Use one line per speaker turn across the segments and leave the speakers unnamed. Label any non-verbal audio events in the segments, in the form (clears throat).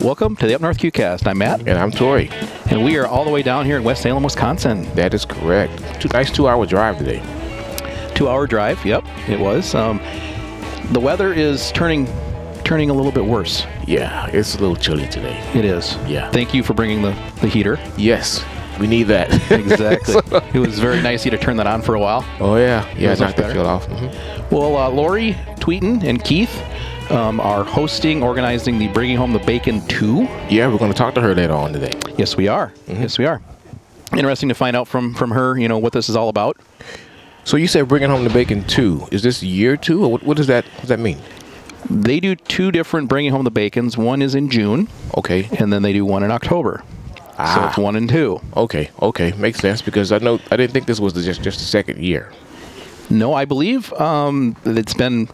Welcome to the Up North QCast. I'm Matt,
And I'm Tori.
and we are all the way down here in West Salem, Wisconsin.
That is correct. Two, nice two hour drive today.
Two hour drive. Yep, it was. Um, the weather is turning turning a little bit worse.
Yeah, it's a little chilly today.
It is.
Yeah.
Thank you for bringing the, the heater.
Yes, we need that. (laughs)
Exactly. it was very nice of you to turn that on for a while.
oh, yeah. Yeah,
Feels much
knock that
better.
feel off. Mhm.
Well, uh, Lori, Tweeten, and Keith um, are hosting, organizing the Bringing Home the Bacon 2.
Yeah, we're going to talk to her later on today.
Yes, we are. Yes, we are. Interesting to find out from from her, you know, what this is all about.
So you said bringing home the bacon two. Is this year two? Or what, what, does that, what does that mean?
They do two different Bringing Home the Bacons. One is in June.
Okay.
and then they do one in October. So
Ah.
it's one and two.
Okay. Okay. Makes sense because I know I didn't think this was the, just, just the second year.
No, I believe um, that it's been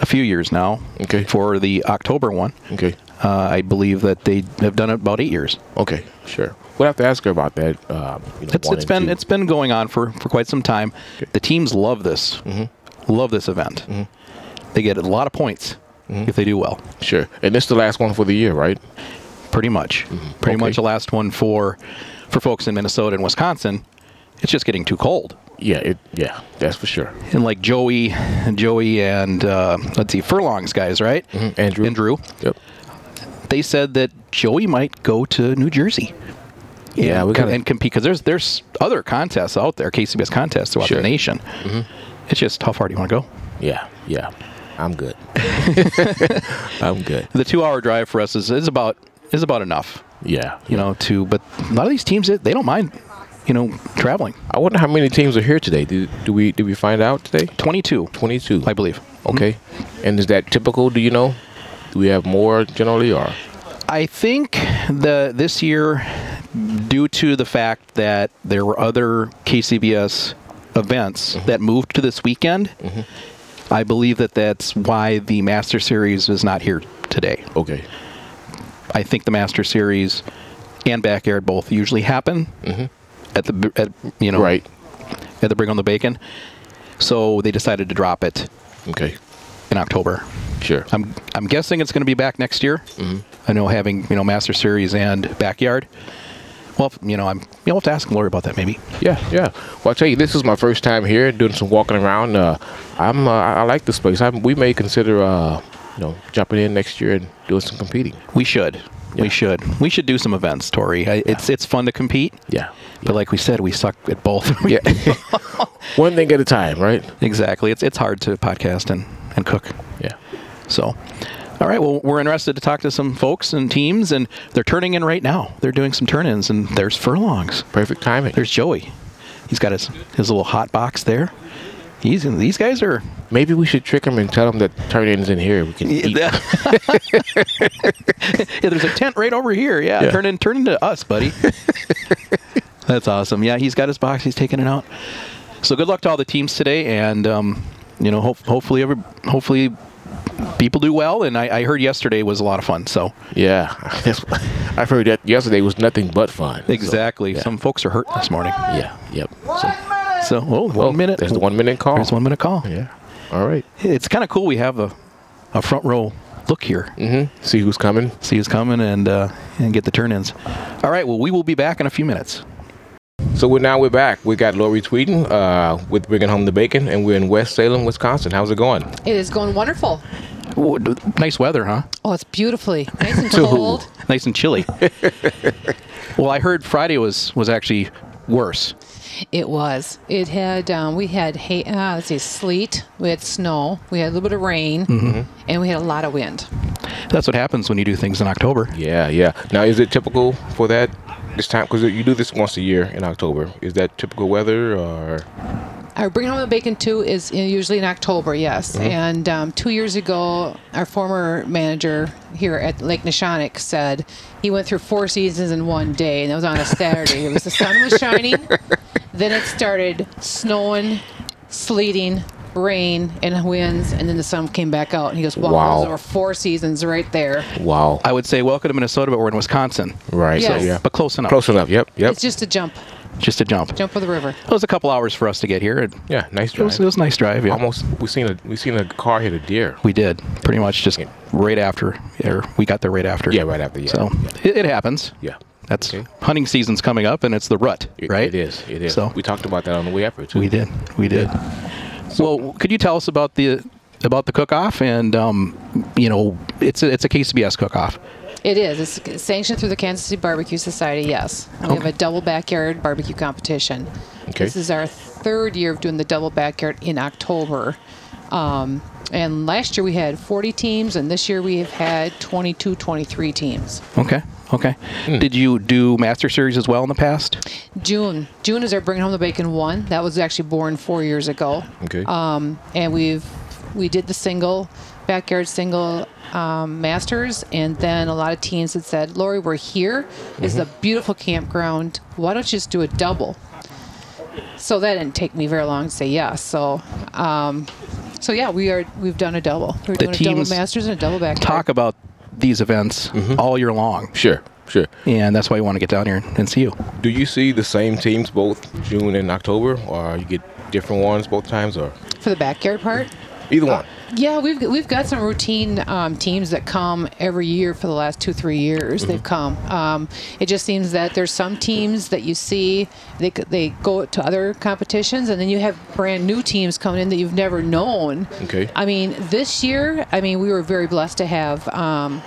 a few years now
Okay.
for the October one.
Okay.
Uh, I believe that they have done it about eight years.
Okay. Sure. We'll have to ask her about that. Um, you know,
It's,
one
it's
and
been
two.
it's been going on for, for quite some time. The teams love this,
Mm-hmm.
love this event. They get a lot of points
Mm-hmm.
if they do well.
sure. And this is the last one for the year, right?
Pretty much, pretty
Mm-hmm. Okay.
much the last one for for folks in Minnesota and Wisconsin. It's just getting too cold.
Yeah. It. Yeah. That's for sure.
and like Joey, Joey and uh, let's see, Furlong's guys, right?
Hmm. Mm-hmm. Andrew.
And Drew.
Yep.
They said that Joey might go to New Jersey.
Yeah,
and,
we gotta-
and compete because there's there's other contests out there, KCBS contests throughout
Sure. Mm-hmm.
the nation. It's just how far do you want to go?
Yeah, yeah. I'm good. (laughs) I'm good.
The two hour drive for us is, is about is about enough,
Yeah.
you know. To but a lot of these teams they don't mind, you know, traveling.
I wonder how many teams are here today. Do, do we did we find out today?
Twenty two,
Twenty two.
I believe.
Okay. And is that typical, do you know? Do we have more generally or
I think the this year, due to the fact that there were other KCBS events that moved to this weekend, I believe that that's why the Master Series is not here today.
Okay.
I think the Master Series and Backyard both usually happen at the at, you know
Right.
at the Bring on the Bacon, so they decided to drop it
Okay.
in October.
Sure.
I'm I'm guessing it's going to be back next year.
Mm-hmm.
I know having you know Master Series and Backyard. Well, if- you know I'm you'll have to ask Lori about that maybe.
yeah, yeah. Well, I tell you, this is my first time here doing some walking around. Uh, I'm uh, I I like this place. I'm, we may consider uh, you know jumping in next year and doing some competing.
We should. We
Yeah.
should. We should do some events, Tori. I, it's it's fun to compete,
(laughs) Yeah.
but like we said, we suck at both. (laughs)
Yeah. (laughs) One thing at a time, right?
exactly. It's it's hard to podcast and and cook.
Yeah.
So, all right. Well, we're interested to talk to some folks and teams, and they're turning in right now. They're doing some turn-ins, and there's furlongs.
Perfect timing.
There's Joey. He's got his his little hot box there. He's these guys are
Maybe we should trick him and tell him that Turnitin's in here. We can
Yeah,
eat.
that- (laughs) Yeah, there's a tent right over here. Yeah,
Yeah.
turn in, turn into us, buddy. That's awesome. Yeah, he's got his box. He's taking it out. So good luck to all the teams today, and um, you know, hope hopefully every hopefully people do well. And I, I heard yesterday was a lot of fun. So
yeah, (laughs) That's- I've heard that yesterday was nothing but fun. So,
exactly,
yeah.
some folks are hurt this morning.
yeah. Yep. So,
So oh, one
well,
minute.
There's the one minute call.
There's one minute call.
Yeah. All right.
It's kind of cool. We have a a front row look here.
Mm-hmm. See who's coming.
See who's coming and uh, and get the turn ins. All right. Well, we will be back in a few minutes.
So we're now we're back. We got Lori Tweeden uh, with bringing home the bacon, and we're in West Salem, Wisconsin. How's it going?
It is going wonderful.
Ooh, d- nice weather, huh?
Oh, it's beautifully nice and
(laughs) To who?
cold.
Nice and
(laughs)
chilly. well, I heard Friday was was actually worse.
It was. It had. Um, we had hay, uh, let's see, sleet. We had snow. We had a little bit of rain,
Mm-hmm.
and we had a lot of wind.
That's what happens when you do things in October.
Yeah. Yeah. Now is it typical for that this time? Because you do this once a year in October. Is that typical weather or?
Our bringing home the bacon too is in- usually in October. Yes, and um, two years ago, our former manager here at Lake Neshonic said he went through four seasons in one day, and that was on a Saturday. it was the sun was shining, then it started snowing, sleeting. Rain and winds, and then the sun came back out, and he goes, "Wow,
Wow.
those were four seasons right there."
Wow.
I would say welcome to Minnesota, but we're in Wisconsin,
Right.
Yes.
So yeah.
but close enough.
Close enough. Yep. Yep.
It's just a jump.
just to jump.
Jump for the river.
It was a couple hours for us to get here. It,
Yeah, nice
it,
drive.
was, it was a nice drive. Yeah.
Almost, we seen a we seen a car hit a deer.
We did pretty much just right after, or we got there right after.
Yeah, right after. Yeah,
So
yeah.
It, it happens.
yeah.
That's
Okay.
hunting season's coming up, and it's the rut,
It-
right?
It is. It is.
So-
we talked about that on the way up here too.
We did. We did. Well, could you tell us about the about the cook-off and um, you know it's a, it's a KCBS cook-off.
It is. It's sanctioned through the Kansas City Barbecue Society, yes. We have a double backyard barbecue competition.
Okay.
This is our third year of doing the double backyard in October. Um, and last year we had 40 teams, and this year we have had 22, 23 teams.
Okay. Okay.
Hmm.
Did you do master series as well in the past?
June. June is our Bring Home the Bacon one. That was actually born four years ago.
Okay.
Um, and we've we did the single backyard single um, masters, and then a lot of teams had said, "Lori, we're here. This is a beautiful campground. Why don't you just do a double?" So that didn't take me very long to say yes. So, um, so yeah, we are we've done a double. We're doing a double
teams
masters and a double backyard.
Talk about these events
Mm-hmm.
all year long,
Sure. Sure.
and that's why we want to get down here and see you.
Do you see the same teams both June and October, or you get different ones both times, or
for the backyard part.
either one?
Yeah, we've we've got some routine um, teams that come every year for the last two three years. They've come. Um, it just seems that there's some teams that you see they c- they go to other competitions, and then you have brand new teams coming in that you've never known.
Okay.
I mean, this year, I mean, we were very blessed to have. Um,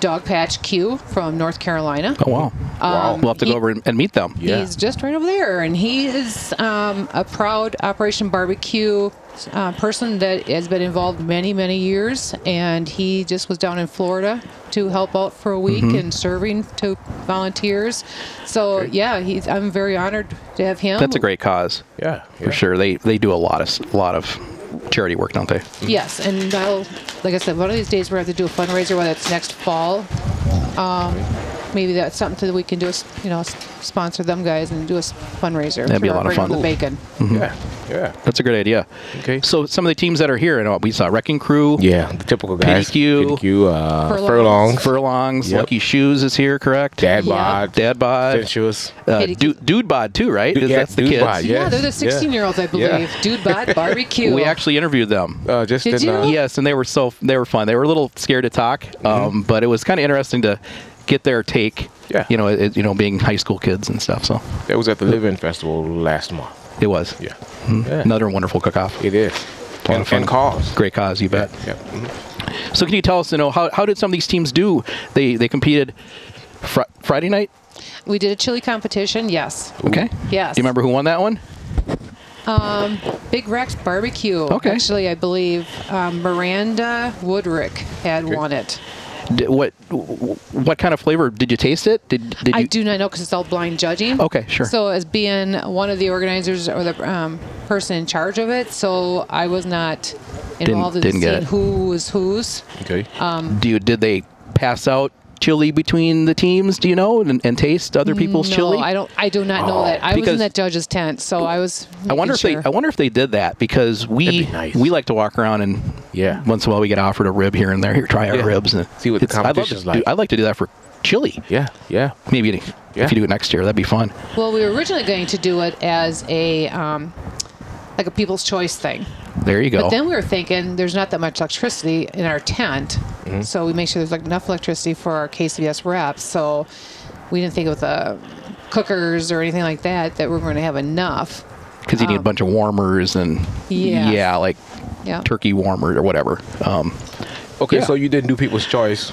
Dog Patch Q from North Carolina.
Oh wow!
Wow.
We'll have to
he-
go over and, and meet them.
Yeah.
He's just right over there, and he is um, a proud Operation Barbecue uh, person that has been involved many, many years. And he just was down in Florida to help out for a
Mm-hmm.
week and serving to volunteers. So yeah, he's, I'm very honored to have him.
That's a great cause.
Yeah.
for sure. They they do a lot of s- lot of charity work, don't they?
Yes, and I'll, like I said, one of these days we're gonna have to do a fundraiser, whether it's next fall. Um, maybe that's something that we can do. is, You know, s- sponsor them guys and do a s- fundraiser.
That'd be a
for
lot of
Bring Home
fun.
The bacon.
Yeah. Yeah.
That's a great idea.
Okay.
So some of the teams that are here, and we saw Wrecking Crew,
Yeah. The typical guys.
PDQ.
PDQ, uh,
Furlongs.
furlongs.
Furlongs,
Yep.
Lucky Shoes is here, correct?
dad
Yeah.
bod.
Dad Bod,
Sensuous.
uh,
Kitty-
Dude, Dude Bod too, right?
Dude-
Is
yeah,
that's the
Dude
kids.
Bod,
Yeah, they're the
Yes, yeah.
16 year olds, I believe.
Yeah.
Dude Bod
(laughs)
Barbecue.
We actually interviewed them.
Uh, just
Did
in,
you?
uh,
Yeah.
Yes, and they were so they were fun. They were a little scared to talk,
Mm-hmm.
um, but it was kind of interesting to get their take.
Yeah.
You know, it, you know, being high school kids and stuff. So
That was at the Live In Festival last month.
it was Mm-hmm.
Yeah.
another wonderful cook-off.
It is.
lot
And,
of Hmm. fun.
and cause.
Great cause, you bet.
Yeah. Mhm.
So can you tell us, you know, how, how did some of these teams do? They they competed fr- Friday night.
we did a chili competition, yes.
Okay.
Yes.
Do you remember who won that one?
Big Rex Barbecue.
Okay.
Actually, I believe um, Miranda Woodrick had won it.
D- what what kind of flavor did you taste it? Did did
I
you?
do not know because it's all blind judging.
Okay, sure.
So, as being one of the organizers or the um, person in charge of it, so I was not involved
didn't
in
get
seeing
it.
who was whose.
Okay.
Uh, um,
do you, did they pass out chili between the teams? Do you know and, and taste other people's
no,
chili? Oh,
I don't. I do not know that. I was in
because-
that judge's tent, so I was.
I wonder if
making
they
sure.
I wonder if they did that because we
That'd be nice.
we like to walk around and
Yeah.
once in a while we get offered a rib here and there. (laughs) Here, try our
Yeah.
ribs and
See what the
it's- I'd love to
competition's like.
Do, I'd like to do that for chili.
yeah. Yeah.
Maybe
Yeah.
if you do it next year, that'd be fun.
Well, we were originally going to do it as a um, like a people's choice thing,
There you go.
but then we were thinking there's not that much electricity in our tent,
Mm-hmm.
so we make sure there's like enough electricity for our KCBS reps. So we didn't think with the cookers or anything like that that we're going to have enough.
because you need a bunch of warmers and
Yes.
yeah, like
um, Yeah.
turkey warmer or whatever. Um,
Okay.
Yeah.
So you didn't do People's Choice.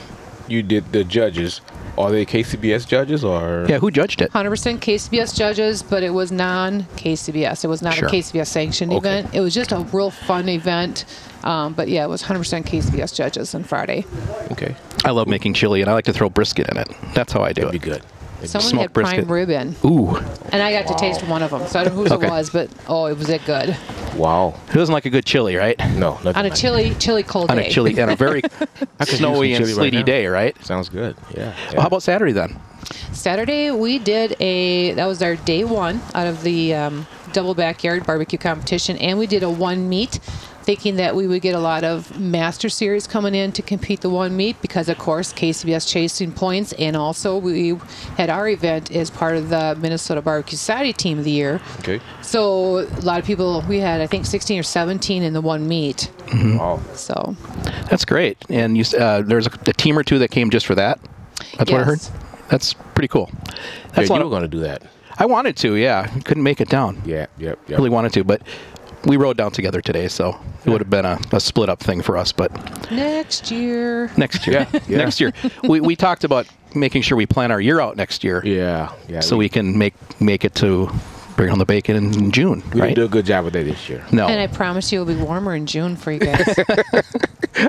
You did the judges. Are they KCBS judges or?
yeah, who judged it?
100% KCBS judges, but it was non KCBS. It was not
Sure.
a KCBS sanctioned
Okay.
event. It was just a real fun event. Um, but yeah, it was 100% KCBS judges on Friday.
Okay.
I love making chili and I like to throw brisket in it. That's how I do
That'd be
it.
good. That'd be-
Someone
smoked
had prime
brisket.
rib in.
Ooh,
And I got to taste
Wow.
one of them. So I don't know whose
Okay.
it was, but oh, it was it good.
Wow.
who doesn't like a good chili, right?
No. Nothing
On a
like
chili, chili cold
On
day.
a chili and a
(laughs)
very
could
snowy
use some
and
chili right
sleety
now.
day, right?
that. Sounds good. Yeah. yeah.
Well, how about Saturday then?
Saturday, we did a, that was our day one out of the um, double backyard barbecue competition. And we did a one meat thinking that we would get a lot of master series coming in to compete the one meet because of course KCBS chasing points and also we had our event as part of the Minnesota Barbecue Society Team of the Year.
Okay.
So a lot of people we had I think 16 or 17 in the one meet.
Mm-hmm.
Wow.
So
That's great. And you, s- uh, there's a, a team or two that came just for that. That's what I heard.
Yes.
That's pretty cool. That's
yeah,
what
you were going to do that.
I wanted to. Yeah, couldn't make it down.
Yeah. Yep. Yep.
Really wanted to, but we rode down together today, so it would have been a, a split up thing for us. But
next year
next year,
Yeah,
(laughs)
yeah.
next year, we, we talked about making sure we plan our year out next year,
Yeah. Yeah.
so we can make make it to bring on the bacon in June,
we
right?
didn't do a good job with that this
(laughs)
year.
no,
and I promise you it'll be warmer in June for you guys.
(laughs)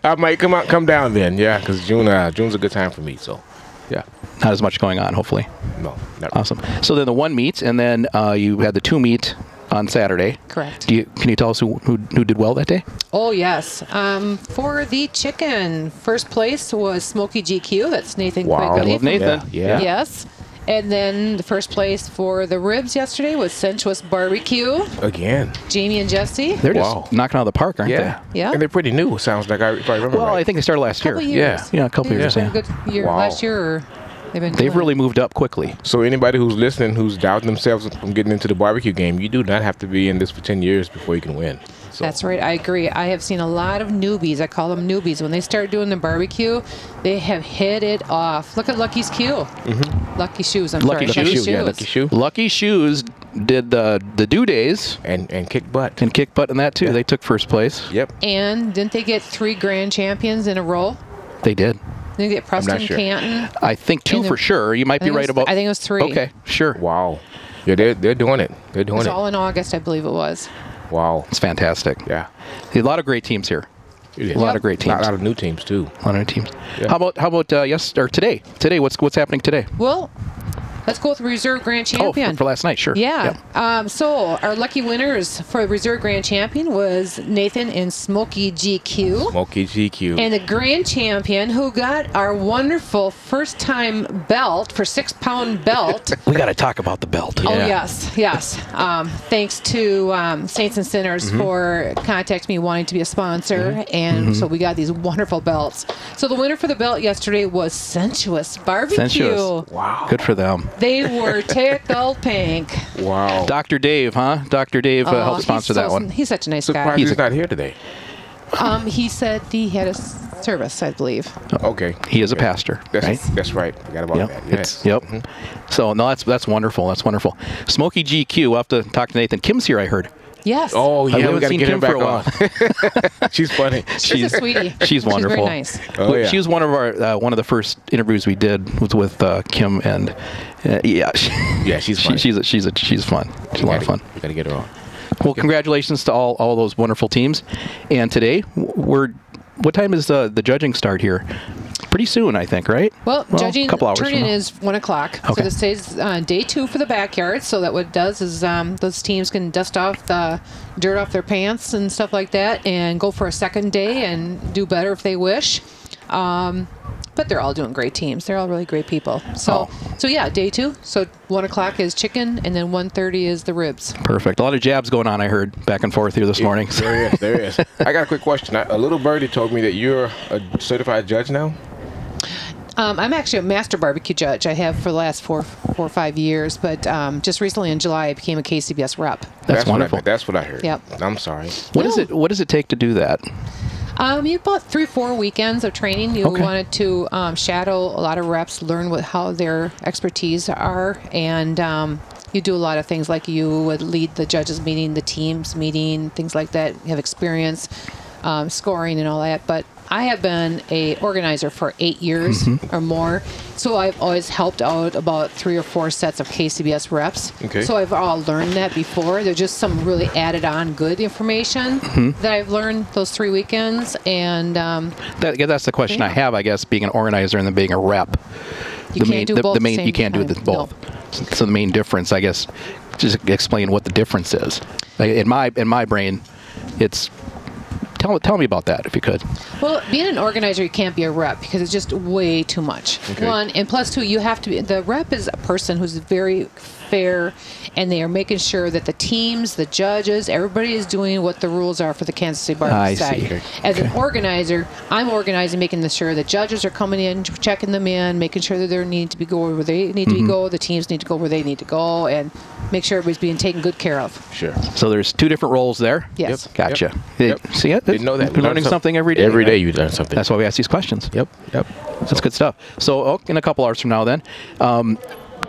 I might come out, come down then. Yeah, because June, uh, June's a good time for me. So, yeah.
not as much going on. Hopefully,
No. Not
awesome. So then the one meet, and then uh, you had the two meet on Saturday.
Correct.
Do you, can you tell us who, who who did well that day?
Oh yes. Um, for the chicken, first place was Smoky GQ. That's Nathan
Wow.
I
Quigley.
love Nathan.
Yeah. yeah.
Yes. And then the first place for the ribs yesterday was Sensuous Barbecue.
Again.
Jamie and Jesse.
They're
Wow.
just knocking out of the park, aren't
Yeah.
they?
Yeah.
And they're pretty new. Sounds like I, if I remember.
Well,
right.
I think they started last year.
couple
Yeah.
years.
Yeah, a couple
They've
years,
been
yeah.
a Good year
Wow.
last year. Or they've been.
They've
doing
really moved up quickly.
So anybody who's listening, who's doubting themselves from getting into the barbecue game, you do not have to be in this for ten years before you can win. So,
That's right. I agree. I have seen a lot of newbies. I call them newbies. When they start doing the barbecue, they have hit it off. Look at Lucky's Q. Mm-hmm. Lucky shoes. I'm
Lucky
sorry.
Shoes,
shoe, yeah, lucky shoe,
Lucky Shoes did the the due days
and and kick butt.
and kick butt in that too. They took first place.
Yep.
And didn't they get three grand champions in a row?
They did.
They get Preston
sure.
Canton.
I think two
And the-
for sure. You might
I
be
think it
right
was-
about.
I think it was three.
Okay, sure.
Wow. Yeah, they're they're doing it. They're
It
doing
was
it.
all in August, I believe it was.
wow.
It's fantastic.
Yeah.
A lot of great teams here.
It is.
A lot of great
A lot,
teams.
of new teams too.
A lot of teams.
Yeah.
How about how about uh, yes or today? Today, what's what's happening today?
Well, let's go with reserve grand
Oh,
champion.
for, for last night, sure.
yeah.
Yep.
Um, so our lucky winners for reserve grand champion was Nathan and Smokey GQ.
Smokey GQ.
And the grand champion who got our wonderful first time belt for six pound belt.
(laughs) We got to talk about the belt.
Oh,
Yeah.
yes, yes. Um, thanks to um, Saints and Sinners
Mm-hmm.
for contacting me wanting to be a sponsor. And so we got these wonderful belts. So the winner for the belt yesterday was Sensuous Barbecue.
Sensuous.
Wow.
Good for them.
They were tickled
(laughs)
pink.
wow.
Dr. Dave, huh? Dr. Dave uh,
Oh,
helped
he's
sponsor that
so-
one.
He's such a nice
Surprised
guy.
he's,
He's a-
not here today.
Um, he said he had a s- service, I believe.
Oh.
Okay.
He is a
Okay.
pastor,
That's
right?
that's right. Forgot about
Yep.
that.
It's-
Yes.
yep.
Mm-hmm.
So no, that's that's wonderful. That's wonderful. Smoky GQ. We'll have to talk to Nathan. Kim's here. I heard.
Yes.
Oh yeah, we
haven't
got to
seen
get
Kim
him
for
back
a while.
on. (laughs) She's funny.
She's a sweetie.
(laughs) She's wonderful.
very nice.
Oh,
Well,
yeah.
She was one of our uh, one of the first interviews we did was with uh, Kim and uh, yeah, (laughs) she,
Yeah, she's
she,
funny.
she's a, she's a, she's fun. She's a lot of fun.
We got to get her on.
Well, congratulations to all all those wonderful teams. And today w- we're what time is the the judging start here? Pretty soon, I think, right?
Well, judging
a couple hours from
turn-in
now.
is one o'clock.
Okay.
So this is uh, day two for the backyard. So that what it does is um, those teams can dust off the dirt off their pants and stuff like that, and go for a second day and do better if they wish. Um, but they're all doing great teams. They're all really great people. So
Oh.
so yeah, day two. So one o'clock is chicken, and then 1.30 is the ribs.
perfect. A lot of jabs going on. I heard back and forth here this morning. So-
There is. There is. I got a quick question. I, a little birdie told me that you're a certified judge now.
Um, I'm actually a master barbecue judge. I have for the last four four or five years, but um, just recently in July I became a KCBS rep.
(laughs) That's,
what I-
wonderful.
that's what I heard.
Yep.
I'm sorry.
What does it What does it take to do that?
Um, you bought three, four weekends of training. You
Okay.
wanted to um, shadow a lot of reps, learn what how their expertise are, and um, you do a lot of things like you would lead the judges meeting, the teams meeting, things like that. You have experience, um, scoring, and all that. But I have been a organizer for eight years or more, so I've always helped out about three or four sets of KCBS reps.
Okay.
So I've all learned that before. There's just some really added on good information that I've learned those three weekends, and um,
That, that's the question I
Yeah.
have, I guess, being an organizer and then being a rep.
you can't do
the,
both.
the main,
at the
you can't
same
do the
time.
both.
No.
So the main difference, I guess, just explain what the difference is. Like, in my in my brain, it's tell tell me about that if you could.
Well, being an organizer, you can't be a rep because it's just way too much.
Okay.
One, and plus two, you have to be the rep is a person who's very fair, and they are making sure that the teams, the judges, everybody is doing what the rules are for the Kansas City Bar
I see.
Society. As an organizer, I'm organizing, making sure the judges are coming in, checking them in, making sure that they need to be go where they need
Mm-hmm.
to be go, the teams need to go where they need to go, and make sure everybody's being taken good care of.
Sure.
So there's two different roles there.
Yes.
Gotcha.
Yep.
It- See it?
Didn't know that.
You're
Learn
learning
some-
something every day.
Every
right?
day you learn something.
That's why we ask these questions.
yep. Yep.
That's good stuff. So oh, in a couple hours from now, then, um,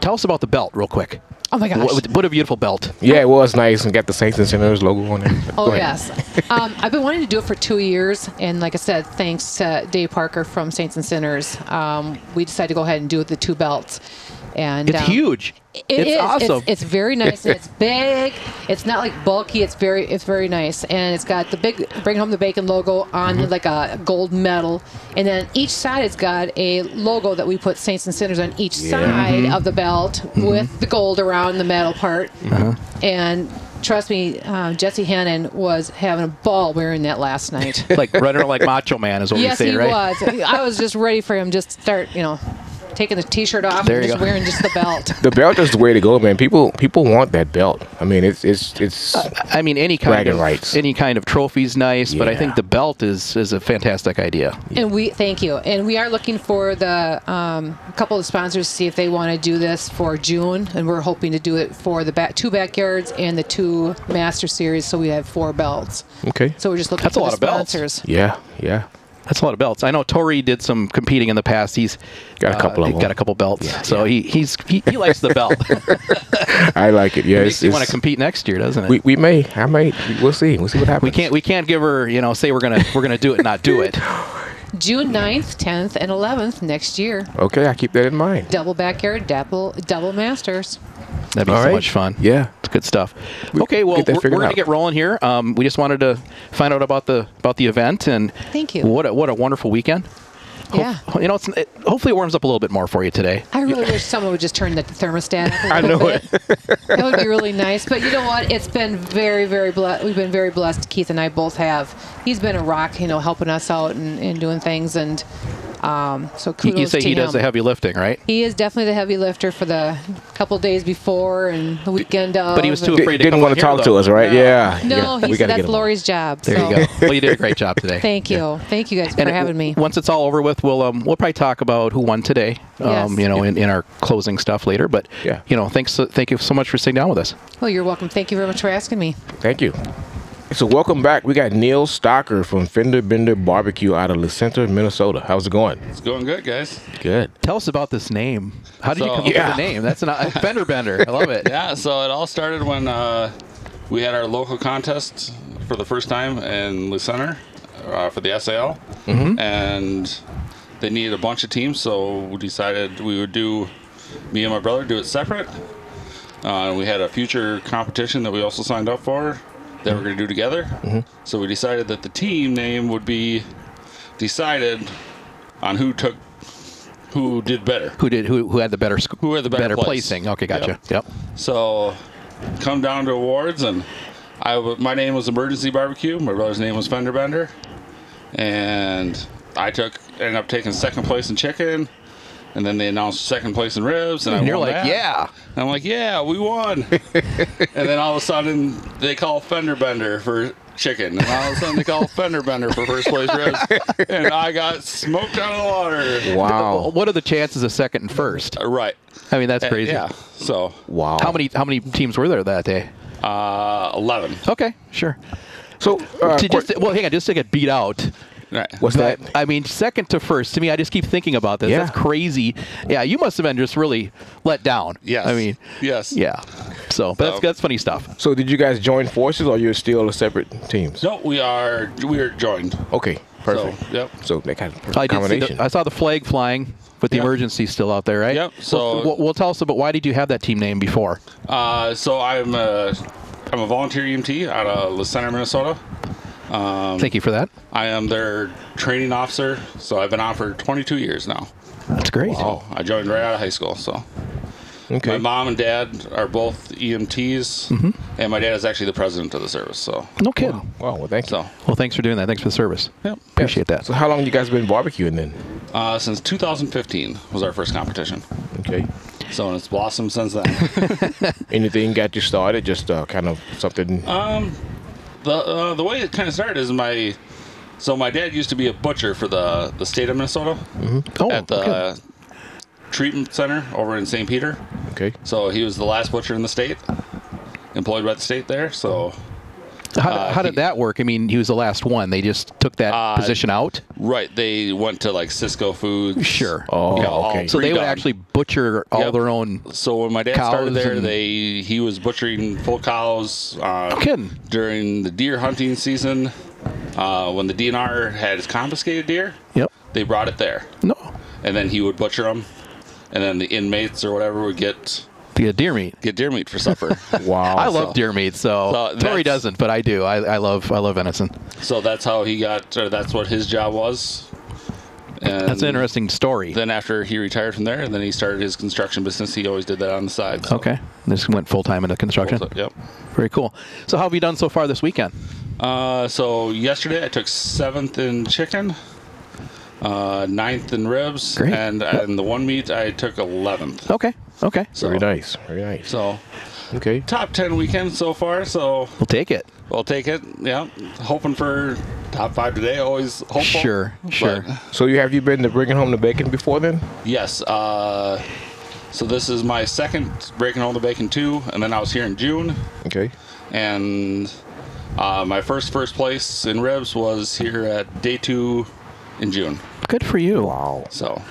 tell us about the belt real quick.
Oh my gosh.
What, what a beautiful belt.
Yeah, it was nice and got the Saints and Sinners logo on it.
(laughs) Oh
Go ahead.
yes, um, I've been wanting to do it for two years, and like I said, thanks to Dave Parker from Saints and Sinners, um, we decided to go ahead and do it the two belts. And
It's
um,
huge.
it
it's
is.
awesome.
It's,
(laughs)
very nice. and it's big. It's not like bulky. It's very it's very nice, and it's got the big bring home the bacon logo on
Mm-hmm.
like a gold medal, and then each side it's got a logo that we put Saints and Sinners on each
Yeah.
side
Mm-hmm.
of the belt with the gold around the metal part,
Uh-huh.
and. Trust me, um, Jesse Hannon was having a ball wearing
(laughs)
that last night.
like running around like Macho Man is what
yes,
we say,
he
right?
was. I was just ready for him just to start, you know, taking the T-shirt off
There
and
you
just
go.
wearing just the
(laughs)
belt.
The belt is the way to go, man. People people want that belt. I mean, it's it's it's
I mean, any kind
Bragging
of
rights.
any kind of trophy's nice, but I
Yeah.
think the belt is is a fantastic idea.
And we thank you. And we are looking for the um, a couple of sponsors to see if they want to do this for June. And we're hoping to do it for the back, two backyards and the two master series. So we have four belts.
okay.
So we're just looking
That's a
for
lot
the
of belts.
sponsors.
Yeah, yeah.
That's a lot of belts. I know Tori did some competing in the past. He's
Got a couple of
he
them.
Got a couple belts. so he he's he, he likes the
(laughs)
belt.
I like it. Yeah,
Makes
it's,
you want to
it's,
compete next year, doesn't it?
we we may I may we'll see we'll see what happens.
we can't we can't give her you know say we're gonna we're gonna do it not
(laughs)
do it.
June 9th, 10th, and 11th next year.
Okay, I keep that in mind.
Double backyard, double, double masters.
That'd be
All
so
right.
much fun.
Yeah.
It's good stuff.
We
okay,
can
well,
get that
we're, we're
figured
gonna
out.
get rolling here. Um, we just wanted to find out about the about the event and
Thank you. Ah.
What a, what a wonderful weekend.
Yeah.
You know, it's, it, hopefully it warms up a little bit more for you today.
I really wish someone would just turn the thermostat
(laughs)
up a
I
little
know
bit. that would be really nice. But you know what? It's been very, very blessed. We've been very blessed. Keith and I both have. He's been a rock, you know, helping us out and, and doing things. And um, so
You-
kudos
you say
to
he
him.
does the heavy lifting, right?
he is definitely the heavy lifter for the couple days before and the weekend of.
But he was too
and-
afraid to
didn't
come
want
on
to
here,
talk
though.
to us, right?
No.
Yeah.
No,
yeah.
he
We gotta get
said that's
him on.
Lori's job.
There
so
you
(laughs)
go. Well, you did a great job today.
Thank you. Thank you guys
And
for
it-
having me.
Once it's all over with, we'll um, we'll probably talk about who won today.
Yes.
Um, you know, in, in our closing stuff later. But
Yeah.
you know, thanks, thank you so much for sitting down with us.
Well, Oh, you're welcome. Thank you very much for asking me.
Thank you. So welcome back. We got Neil Stocker from Fender Bender Barbecue out of Center, Minnesota. How's it going?
It's going good, guys.
Good.
Tell us about this name. How did you
So-
come up
Yeah.
with the name? That's an
(laughs)
fender bender. I love it.
Yeah, so it all started when uh, we had our local contest for the first time in Lucenter uh, for the SAL. And they needed a bunch of teams, so we decided we would do, me and my brother, do it separate. Uh, we had a future competition that we also signed up for that we're going to do together. So we decided that the team name would be decided on who took, who did better.
Who did who, who had the better sc-
Who had the better place.
placing? Okay, gotcha. Yep.
So, come down to awards, and I w- my name was Emergency Barbecue. My brother's name was Fender Bender, and I took ended up taking second place in chicken, and then they announced second place in ribs, and, I
And you're
won
like,
that.
yeah.
And I'm like, yeah, we won.
(laughs)
and then all of a sudden they call Fender Bender for chicken, and all of a sudden they call Fender Bender for first place ribs, and I got smoked out of the
Well,
water.
Wow.
what are the chances of second and first?
Right.
I mean, that's
And
crazy.
Uh, Yeah. So,
Wow.
How many how many teams were there that day?
uh, eleven.
Okay, sure.
So uh,
To just, uh, well, hang on, just to get beat out.
Right.
what's that?
I mean, second to first. To me, I just keep thinking about this.
Yeah.
That's crazy. Yeah, you must have been just really let down.
Yes.
I mean,
yes.
yeah. So, but that's
So-
that's funny stuff.
So did you guys join forces or you're still separate teams?
No, we are we are joined.
Okay. Perfect.
So, yep.
So that kind of perfect
I did see
combination.
the, I saw the flag flying with the
Yeah.
emergency still out there, right?
Yep, so-
well, well, well, tell us about why did you have that team name before?
Uh, so I'm a I'm a volunteer EMT out of La Center, Minnesota. Um,
Thank you for that.
I am their training officer, so I've been on for 22 years now.
That's great.
Oh, I joined right out of high school. So my
okay.
mom and dad are both EMTs,
Mm-hmm.
and my dad is actually the president of the service. So
No kidding.
Wow. Well, thank you.
so
Well, thanks for doing that. Thanks for the service.
Yep.
Appreciate that.
So how long you guys been barbecuing then?
uh, since 2015 was our first competition.
Okay.
So it's blossomed since
(laughs)
then.
Anything got you started? Just uh, kind of something.
Uh,
the uh, the way it kind of started is my so my dad used to be a butcher for the the state of Minnesota
Oh,
at the uh,
okay.
treatment center over in St. Peter.
okay.
So he was the last butcher in the state, employed by the state there. So
how,
uh,
how did
he-
that work? I mean, he was the last one. They just took that
Uh,
position out.
right, they went to like Cisco Foods.
Sure.
Oh,
Yeah, all
okay.
So they would
pre-done.
actually butcher all
Yep.
their own.
So when my dad
Cows
started there,
and-
they he was butchering full cows. Uh,
kidding.
During the deer hunting season, uh, when the DNR had confiscated deer,
Yep.
they brought it there,
No.
and then he would butcher them, and then the inmates or whatever would get
The deer meat.
get deer meat for (laughs) supper.
Wow.
I love
so-
deer meat, so,
So
Tori
that's-
doesn't, but I do. I, I love I love venison.
so that's how he got, or that's what his job was. And
That's an interesting story.
Then after he retired from there, then he started his construction business. He always did that on the side. so-
okay, this went full time into construction.
So, yep.
Very cool. So how have you done so far this weekend?
Uh, so yesterday I took seventh in chicken, uh, ninth in ribs,
Great. Oh,
and and the one meat I took eleventh.
Okay, okay,
So,
Very nice. Very nice.
so
Okay.
top ten weekend so far. So
we'll take it.
we'll take it. Yeah, hoping for top five today. Always hopeful.
Sure, sure.
So you have you been to bringing home the bacon before then?
Yes. Uh, so this is my second breaking all the bacon two, and then I was here in June,
Okay.
and uh, my first first place in ribs was here at day two in June.
Good for you.
Wow.
So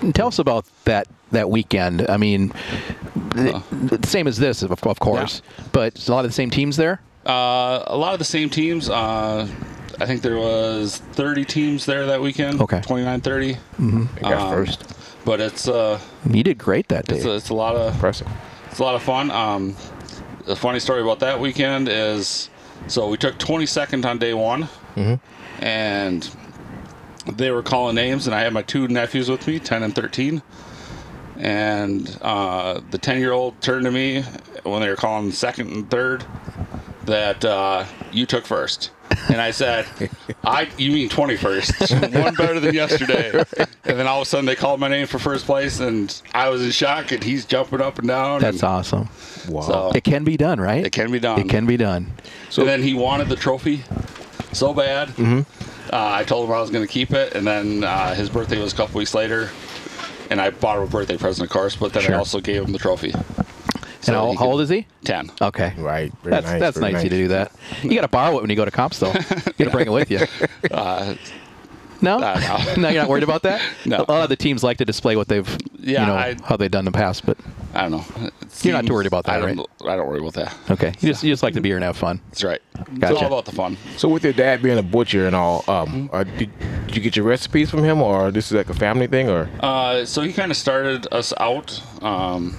And tell us about that that weekend. I mean, th- same as this, of, of course, but it's a lot of the same teams there.
Uh, a lot of the same teams. Uh, I think there was 30 teams there that weekend.
Okay.
29, 30.
I got
Um,
first.
But it's uh,
You did great that day.
it's a, it's a lot of
Impressive.
it's a lot of fun. Um, the funny story about that weekend is, so we took 22nd on day one, and they were calling names, and I had my two nephews with me, 10 and 13, and uh, the 10 year old turned to me when they were calling second and third that uh, you took first. And I said, "I, you mean twenty first? (laughs) One better than yesterday." And then all of a sudden, they called my name for first place, and I was in shock. And he's jumping up and down. and-
That's awesome.
Wow.
so
It can be done, right?
it can be done.
Oh. It can be done.
and then he wanted the trophy so bad.
Mm-hmm.
Uh, I told him I was going to keep it, and then uh, his birthday was a couple weeks later, and I bought him a birthday present, of course. But then
Sure.
I also gave him the trophy.
and how, how old is he?
Ten.
Okay.
right. Very
That's
nice.
that's
very
nice, you to do that. You got to borrow it when you go to comps, though. You got to bring it with you.
(laughs) Uh,
No,
Uh,
(laughs) no, you're not worried about that.
(laughs) No.
a lot of the teams like to display what they've,
Yeah,
you know,
I-
how they've done in the past. But
I don't know. It
You're not
seems-
worried about that,
I don't, I don't worry about that.
okay, you just you just like to be here and have fun.
That's right.
Gotcha.
It's all about the fun.
So with your dad being a butcher and all, um,
Mm-hmm.
uh, did, did you get your recipes from him, or this is like a family thing, or
Oh,
Uh, so he kind of started us out. Um,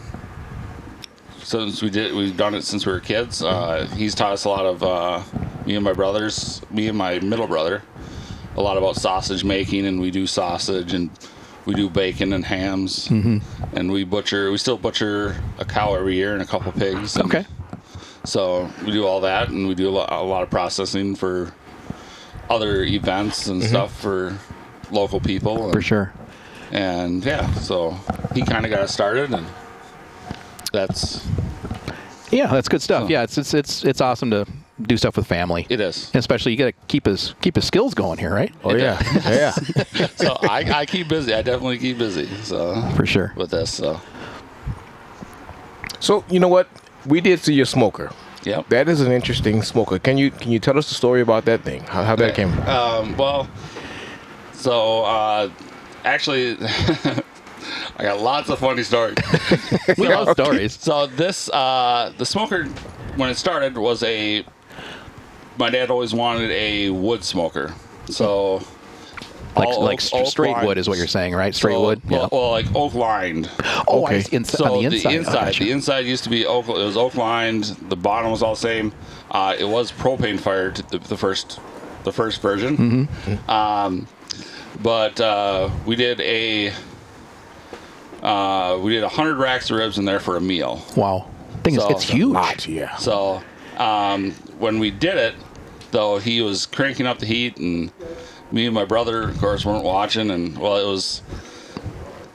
since we did, we've done it since we were kids. Uh, he's taught us a lot of uh, me and my brothers, me and my middle brother, a lot about sausage making, and we do sausage and we do bacon and hams,
Mm-hmm.
and we butcher. We still butcher a cow every year and a couple pigs. and
Okay,
So we do all that, and we do a lot, a lot of processing for other events and stuff for local people.
Mm-hmm. for
and-
sure.
and yeah, so he kind of got us started, and that's
Yeah, that's good stuff.
So-
Yeah, it's it's it's it's awesome to do stuff with family,
it is.
especially you got to keep his keep his skills going here, right?
oh yeah, yeah,
(laughs)
(laughs) so I, I keep busy. I definitely keep busy. So
For sure.
with this, so
So you know what? We did see your smoker.
Yep.
That is an interesting smoker. Can you can you tell us the story about that thing? How, how that came?
Uh,
Um, well, so uh, actually, (laughs) I got lots of funny stories.
We
(laughs)
love stories.
So this uh, the smoker when it started was a my dad always wanted a wood smoker. So
Like
all
like
oak-
s-
oak
straight wood
lines.
is what you're saying, right? Straight
So-
wood.
Well, well, like oak lined.
oh, I
okay.
see. Ins-
So
on the inside.
the
Oh,
inside,
gotcha.
the inside used to be oak. It was oak lined. The bottom was all the same. Uh, it was propane fired. The, the first, the first version.
Mm-hmm.
Um, but uh, we did a uh, we did hundred racks of ribs in there for a meal.
wow, thing is,
So-
it's huge.
Lot, yeah.
So um, when we did it, though, he was cranking up the heat, and me and my brother, of course, weren't watching. And well, it was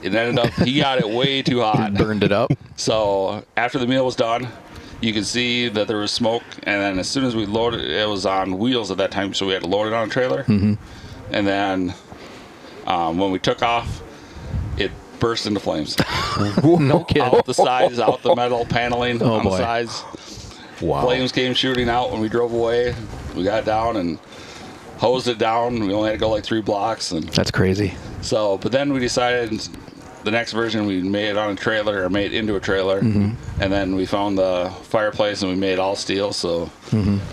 It ended up he got it way too
(laughs)
hot.
Burned it up.
So after the meal was done, you could see that there was smoke, and then as soon as we loaded, it was on wheels at that time, so we had to load it on a trailer. Mm-hmm. And then um, when we took off, it burst into flames.
No kidding.
out the sides, out the metal
(laughs)
paneling
Oh,
on
boy.
the sides.
Wow.
Flames came shooting out when we drove away. We got down and hosed it down. We only had to go like three blocks, and
That's crazy.
so, but then we decided the next version we made it on a trailer or made it into a trailer,
Mm-hmm.
and then we found the fireplace and we made all steel, so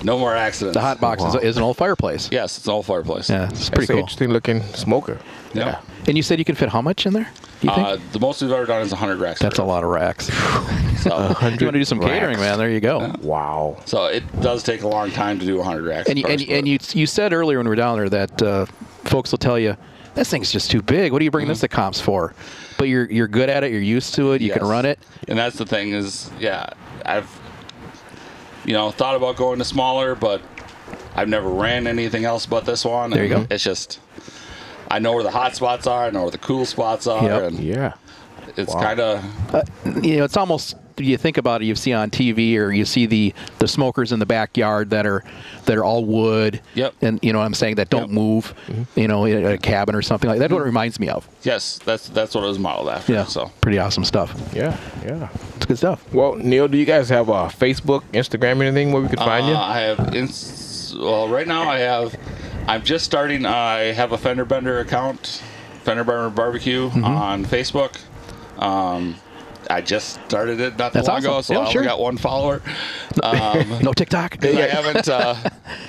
no more accidents.
Mm-hmm. The hot box is, is an old fireplace.
Yes, it's all fireplace.
Yeah, it's
That's
pretty
an
cool.
interesting looking smoker.
Yeah.
And you said you can fit how much in there? Do you think?
Uh, the most we've ever done is 100 racks.
That's a lot of (laughs) racks.
So,
you want to do some catering,
racks.
man? There you go.
Wow.
so it does take a long time to do 100 racks.
And you, and,
first,
and you you said earlier when we were down there that uh, folks will tell you this thing's just too big. What are you bringing this to comps for? But you're you're good at it. You're used to it. You can
Yes.
run it.
And that's the thing is, yeah, I've you know thought about going to smaller, but I've never ran anything else but this one.
There you
and
go.
It's just I know where the hot spots are, I know where the cool spots are,
Yep.
and
Yeah.
it's
Wow.
kind of
You know, it's almost you think about it. You see on TV or you see the the smokers in the backyard that are that are all wood.
Yep.
And you know what I'm saying that don't
Yep. Mm-hmm.
move. You know, in a cabin or something like that. That's what it reminds me of.
yes, that's that's what it was modeled after.
Yeah.
So
pretty awesome stuff.
Yeah. Yeah.
It's good stuff.
Well, Neil, do you guys have uh, Facebook, Instagram, anything where we can find
uh,
you?
I have ins- well right now I have I'm just starting. I have a Fender Bender account, Fender Bender Barbecue
Mm-hmm.
on Facebook. Um, I just started it not that
That's
long ago,
awesome.
so
Yeah,
I only
sure.
got
(laughs)
one follower. Um,
No TikTok.
'cause I haven't uh,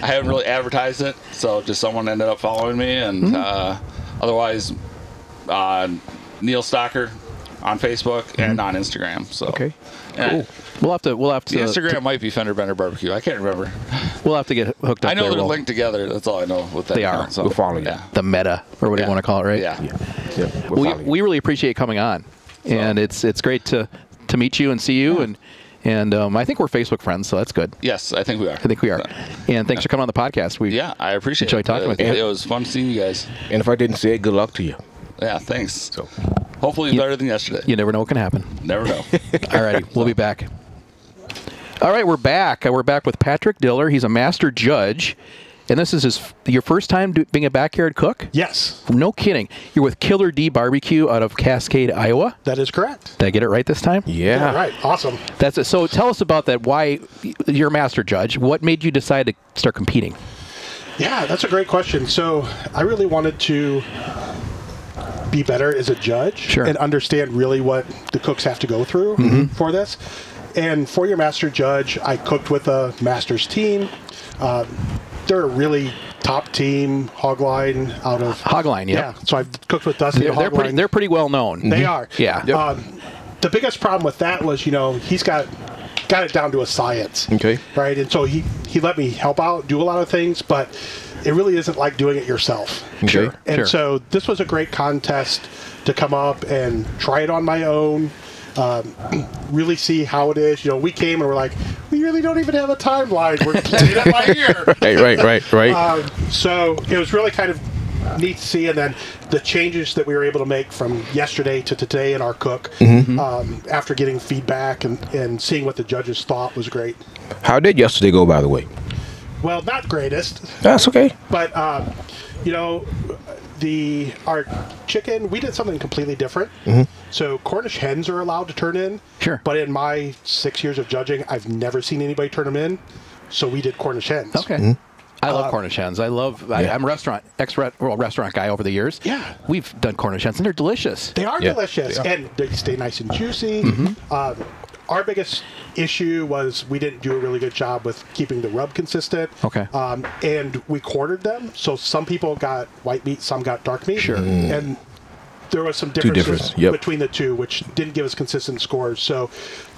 I haven't really advertised it, so just someone ended up following me, and
Mm-hmm.
uh, otherwise uh, Neil Stocker on Facebook
Mm-hmm.
and on Instagram. So
Okay.
And I-
We'll have to. We'll have to.
the Instagram might be Fender Bender Barbecue. I can't remember.
We'll have to get hooked up.
I know
there.
they're
We'll-
linked together. That's all I know with that.
They
account,
are.
So,
We'll follow you.
Yeah.
the meta or what do
Yeah.
you want to call it, right?
Yeah.
Yeah. Yeah. We'll
we,
follow you.
we really appreciate you coming on, and it's it's great to to meet you and see you, and and um, I think we're Facebook friends, so that's good.
Yes, I think we are.
I think we are, and thanks for coming on the podcast. We
Yeah, I appreciate
Enjoy
it.
talking
it,
with you.
It was fun seeing you guys.
and if I didn't say it, good luck to you.
Yeah, thanks.
So.
Hopefully better than yesterday.
you never know what can happen.
Never know.
All righty, we'll be back. All right, we're back. Uh, We're back with Patrick Diller. He's a master judge, and this is his f- your first time do, being a backyard cook.
Yes,
No kidding. You're with Killer D Barbecue out of Cascade, Iowa.
that is correct.
Did I get it right this time?
Yeah.
All right, awesome.
That's it. So tell us about that. Why you're a master judge? What made you decide to start competing?
Yeah, that's a great question. So I really wanted to be better as a judge
Sure. Mm-hmm.
and understand really what the cooks have to go through for this. And for your master judge, I cooked with a master's team. Uh, they're a really top team, Hogline out of
Hogline, yep.
Yeah, so I've cooked with Dusty.
They're,
at
they're pretty.
Hogline.
They're pretty well known.
They are.
Yeah.
Um, the biggest problem with that was, you know, he's got got it down to a science.
Okay.
Right, and so he he let me help out, do a lot of things, but it really isn't like doing it yourself.
Okay. Sure.
And
Sure.
so this was a great contest to come up and try it on my own. Um, (clears throat) really see how it is. You know, we came and we're like, we really don't even have a timeline. We're playing it by ear. (laughs)
Hey, right, right, right.
Um, so it was really kind of neat to see, and then the changes that we were able to make from yesterday to today in our cook um, after getting feedback and, and seeing what the judges thought was great.
How did yesterday go, by the way?
Well, not greatest,
That's okay.
but um, you know, the our chicken we did something completely different. So Cornish hens are allowed to turn in.
Sure.
But in my six years of judging, I've never seen anybody turn them in. So we did Cornish hens.
Okay. I
Uh,
love Cornish hens. I love. I,
Yeah.
I'm a restaurant ex well, restaurant guy over the years.
Yeah.
We've done Cornish hens and they're delicious.
They are
Yeah,
delicious and they stay nice and juicy. Um, our biggest issue was we didn't do a really good job with keeping the rub consistent.
Okay.
Um, and we quartered them, so some people got white meat, some got dark meat.
Sure.
And there was some differences
difference, yep.
between the two, which didn't give us consistent scores. So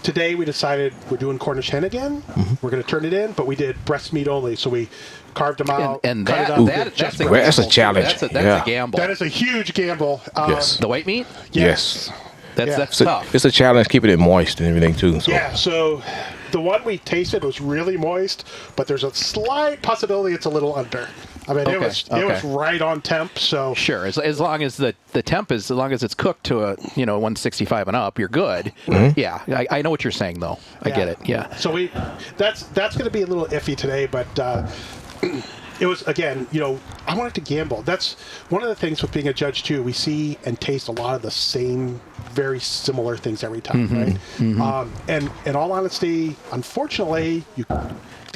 today we decided we're doing Cornish hen again. We're going to turn it in, but we did breast meat only. So we carved them
and
out,
and
cut
that,
it up.
that
Just
that's a,
breast.
Well, that's a
gamble, too.
challenge.
That's a, that's
Yeah.
a gamble.
that is a huge gamble. Uh,
Yes.
the white meat.
Yes.
That's
Yeah.
that's
It's a,
tough.
it's a challenge keeping it moist and everything too. So.
Yeah, so the one we tasted was really moist, but there's a slight possibility it's a little under. I mean, it
Okay,
was it
okay.
was right on temp. So
Sure, as, as long as the, the temp is, as long as it's cooked to a you know 165 and up, you're good.
Mm-hmm.
Yeah, I, I know what you're saying though. I get it. Yeah.
So we, that's that's going to be a little iffy today, but uh, it was again, you know, I wanted to gamble. That's one of the things with being a judge too. We see and taste a lot of the same, very similar things every time,
Mm-hmm,
right? Um, and in all honesty, unfortunately, you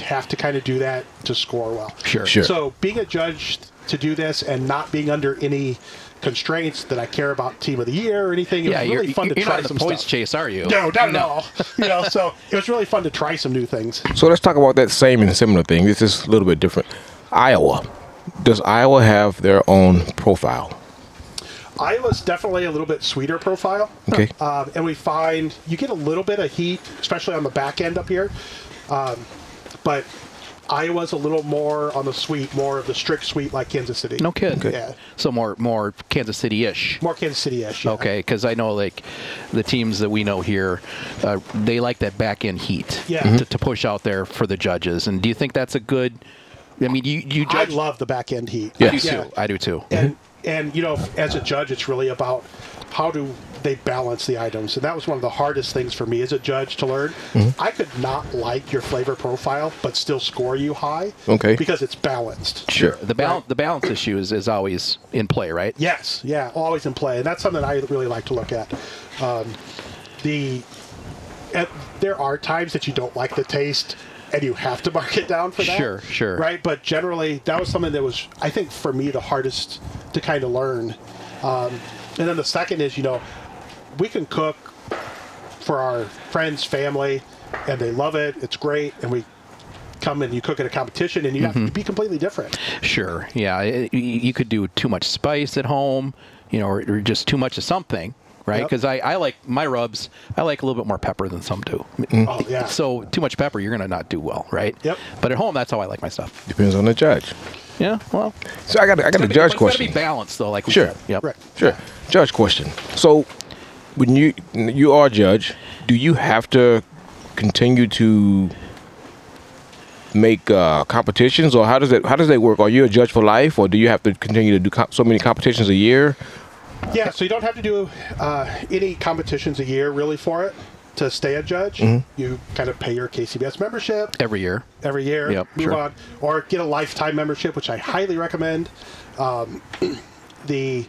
have to kind of do that to score well.
Sure.
Sure.
So being a judge to do this and not being under any constraints that I care about team of the year or anything. It
Yeah,
was
you're,
really fun to
you're
try
not in the
some
points
stuff.
chase, are you?
No, not at all. You know, so it was really fun to try some new things.
So let's talk about that same and similar thing. This is a little bit different. Iowa. Does Iowa have their own profile?
Iowa's definitely a little bit sweeter profile.
Okay.
Um, and we find you get a little bit of heat, especially on the back end up here. Um, but Iowa's a little more on the sweet, more of the strict sweet like Kansas City.
No kid.
Yeah.
So more more Kansas City ish.
More Kansas City ish. Yeah.
Okay, because I know like the teams that we know here, uh, they like that back end heat
Yeah. Mhm.
to, to push out there for the judges. And do you think that's a good? I mean, you you
I
judge.
love the back end heat.
I do
Yes.
too. I do (laughs) too.
and and you know as a judge it's really about how do they balance the items and that was one of the hardest things for me as a judge to learn i could not like your flavor profile but still score you high
Okay.
because it's balanced
Sure.
The balance the balance issue is, is always in play, right?
yes yeah always in play and that's something i really like to look at um, the and there are times that you don't like the taste and you have to (laughs) mark it down for that.
Sure, sure.
Right, but generally that was something that was, I think, for me the hardest to kind of learn. Um, and then the second is, you know, we can cook for our friends, family, and they love it. It's great, and we come and you cook at a competition, and you have
Mm-hmm.
to be completely different.
Sure. Yeah. I- I- you could do too much spice at home, you know, or, or just too much of something, right?
Yep.
Because I, I like my rubs, I like a little bit more pepper than some do.
Oh yeah.
So too much pepper, you're going to not do well, right?
Yep.
But at home, that's how I like my stuff.
Depends on the judge.
Yeah. Well,
So I got a, I got a
But
judge
it's gotta
question.
be balanced, though. Like we
Sure.
said. Yep.
right.
Sure. Judge question. So, when you you are a judge, do you have to continue to make uh, competitions, or how does it how does that work? Are you a judge for life, or do you have to continue to do co so many competitions a year?
Yeah, so you don't have to do uh, any competitions a year really for it to stay a judge.
Mm-hmm.
You kind of pay your KCBS membership
Every year.
every year,
Yep,
move
sure.
on, or get a lifetime membership, which I highly recommend. Um, (clears throat) the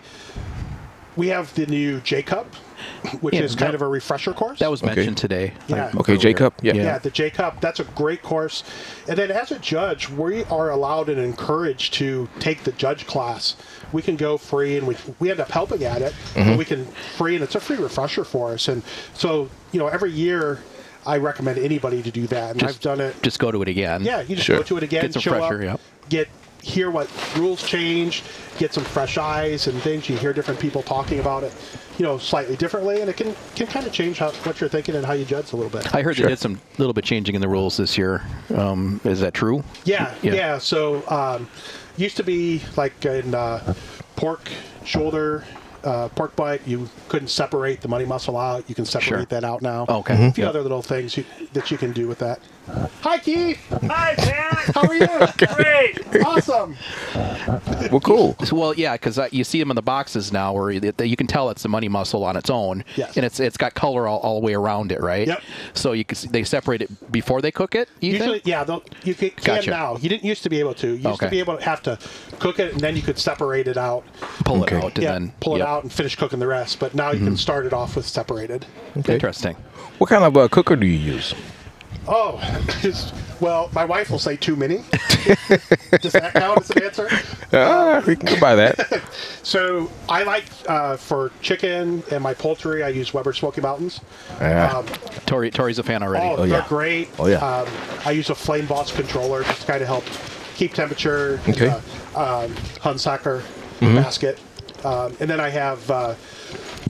we have the new J Cup, (clears throat) which
Yeah,
is
that-
kind of a refresher course.
That was
Okay.
mentioned today.
Yeah.
like,
Okay,
earlier.
Jacob. Yeah.
yeah, the J Cup. That's a great course. And then as a judge, we are allowed and encouraged to take the judge class. We can go free, and we we end up helping at it.
Mm-hmm.
But we can free, and it's a free refresher for us. And so you know, every year, I recommend anybody to do that, and
Just-
I've done it.
Just go to it again.
Yeah, you just
Sure.
go to it again,
Get some
show
fresher, yep.
up, get hear what rules change, get some fresh eyes and things. You hear different people talking about it, you know, slightly differently, and it can can kind of change how, what you're thinking and how you judge a little bit.
I heard
Sure.
they did some little bit changing in the rules this year. Um, is that true?
Yeah,
Yeah.
yeah. So um, used to be like in uh, pork shoulder, uh, pork butt. You couldn't separate the money muscle out. You can separate
Sure.
that out now.
Okay.
A
Mhm.
few
Yep.
other little things you, that you can do with that. Hi, Keith. Hi, Pat. How are you? (laughs) Great. Awesome.
Well, cool.
So, well, yeah, because you see them in the boxes now, where you, you can tell it's the money muscle on its own,
Yes.
and it's it's got color all, all the way around it, right?
Yep.
So you can see, they separate it before they cook it. You
Usually,
think?
yeah, they'll- you can, can
Gotcha.
now. You didn't used to be able to. You used
Okay.
to be able to have to cook it, and then you could separate it out.
Pull
Okay.
it out and
yeah,
then
pull it
yep. Mm-hmm.
out and finish cooking the rest. But now you can start it off with separated.
Okay.
Interesting.
What kind of uh, cooker do you use?
Oh, (laughs) well, my wife will say
(laughs)
too many. Does that count as an answer?
Ah, we can go by that. (laughs)
So I like uh, for chicken and my poultry, I use Weber Smoky Mountains.
Yeah.
Tori Tori's a fan already.
Oh,
Oh,
they're
yeah.
great.
Oh, yeah.
Um, I use a Flame Boss controller just to kind of help keep temperature.
Okay. Mm-hmm.
Uh, um, Hunsacker basket. Um, and then I have, uh,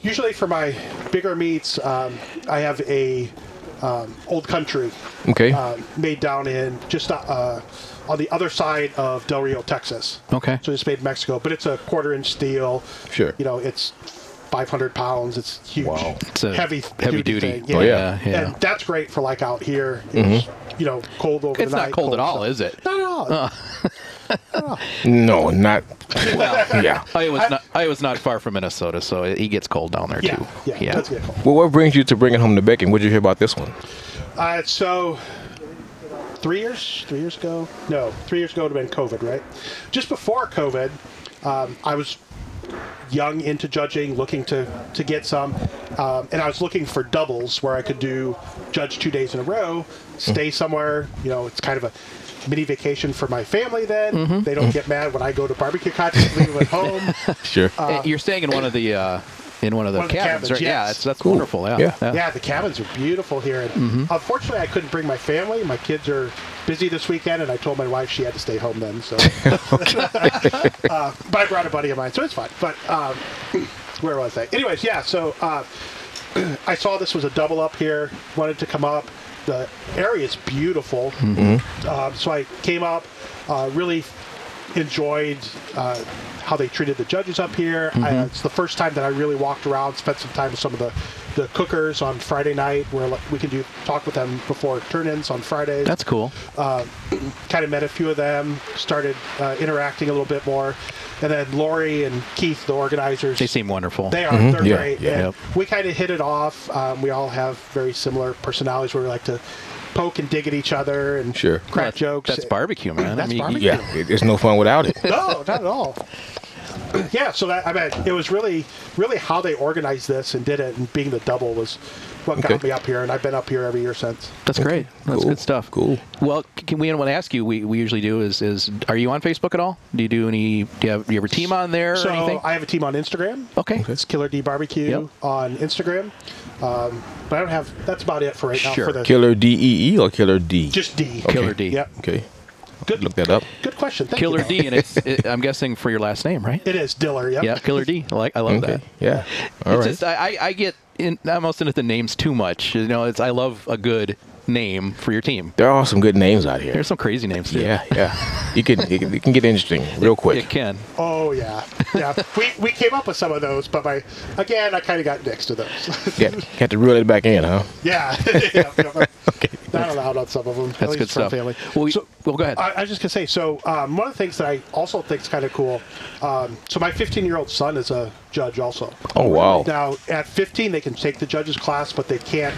usually for my bigger meats, um, I have a um, Old Country
Okay.
uh, made down in just uh, on the other side of Del Rio, Texas.
Okay.
So it's made in Mexico, but it's a quarter inch steel.
Sure.
You know, it's 500 pounds. It's huge.
Wow.
It's a
heavy,
heavy duty.
thing.
Oh, yeah. Mm-hmm.
Yeah, yeah.
And that's great for like out here. It's, You know, cold overnight.
It's not cold at all,
stuff.
is it?
Not at all.
No, not. yeah.
Iowa's not Iowa's not far from Minnesota, so it, he gets cold down there
Yeah,
too.
yeah, that's good.
Well, what brings you to bringing home the bacon? What did you hear about this one?
Uh, so three years, three years ago, no, three years ago would have been COVID, right? Just before COVID, um, I was young into judging, looking to to get some, um, and I was looking for doubles where I could do judge two days in a row, stay somewhere. You know, it's kind of a mini vacation for my family. Then they don't get mad when I go to barbecue contests, leave them at home.
Sure.
Uh, You're staying in one of the uh, in one of the
One of the
cabins,
cabins,
right? Yeah,
yes.
that's, that's wonderful. Yeah.
Yeah.
Yeah, the cabins are beautiful here. And Unfortunately, I couldn't bring my family. My kids are busy this weekend, and I told my wife she had to stay home then. So, (laughs) uh, but I brought a buddy of mine, so it's fine. But um, where was I? Anyways, yeah. So uh, I saw this was a double up here. Wanted to come up. The area is beautiful.
Mm-hmm.
Um, so I came up. Uh, really enjoyed uh, how they treated the judges up here.
Mm-hmm.
I, it's the first time that I really walked around, spent some time with some of the, the cookers on Friday night, where like, we can do talk with them before turn-ins on Fridays.
That's cool.
kind of met a few of them, started uh, interacting a little bit more, and then Lori and Keith, the organizers,
They seem wonderful.
they are. They're
Mm-hmm. Yeah,
great.
yeah.
and
Yep.
We kind of hit it off. Um, we all have very similar personalities where we like to poke and dig at each other and
Sure.
crack
That's-
jokes.
That's barbecue, man.
That's
I mean, you-
barbecue.
yeah. it- It's no fun without (laughs) it.
no, not
(laughs)
at all. Yeah, so that, I mean, it was really, really how they organized this and did it, and being the double was what got
Okay.
me up here, and I've been up here every year since.
That's great. That's
Cool.
good stuff.
Cool.
Well, c- can we? I want to ask you. We, we usually do. Is is are you on Facebook at all? Do you do any? Do you have, do you have a team on there
So
or anything? Oh.
I have a team on Instagram.
okay.
It's Killer D Barbecue
Yep.
on Instagram, um, but I don't have. That's about it for right now.
Sure.
For the
Killer D E E or Killer D?
just D.
Killer D.
Okay.
Yep.
Okay.
Good.
Look that up.
Good question. Thank
Killer
you,
D, and it's. It, I'm guessing for your last name, right?
It is Diller. Yep.
yeah, Killer D. I like. I love
Okay.
that.
Yeah. All
it's
right.
just I, I- I get in, I'm also into the names too much. You know, it's I love a good name for your team.
There are some good names out here.
There's some crazy names too.
Yeah, yeah. You can it, can- it can get interesting real
It
quick.
can.
Oh yeah.
(laughs)
Yeah. we we came up with some of those, but my again, I kind of got next
(laughs)
to those.
Yeah, have to reel it back in, huh?
yeah. (laughs) yeah, yeah. Not allowed on some of them. at
That's
least
good
for our
stuff.
Family.
Well, we,
So-
well, go ahead.
I, I was just gonna say. So um, one of the things that I also think is kind of cool. Um, so my 15 year old son is a judge also.
Oh wow.
Now at 15 they can take the judges class, but they can't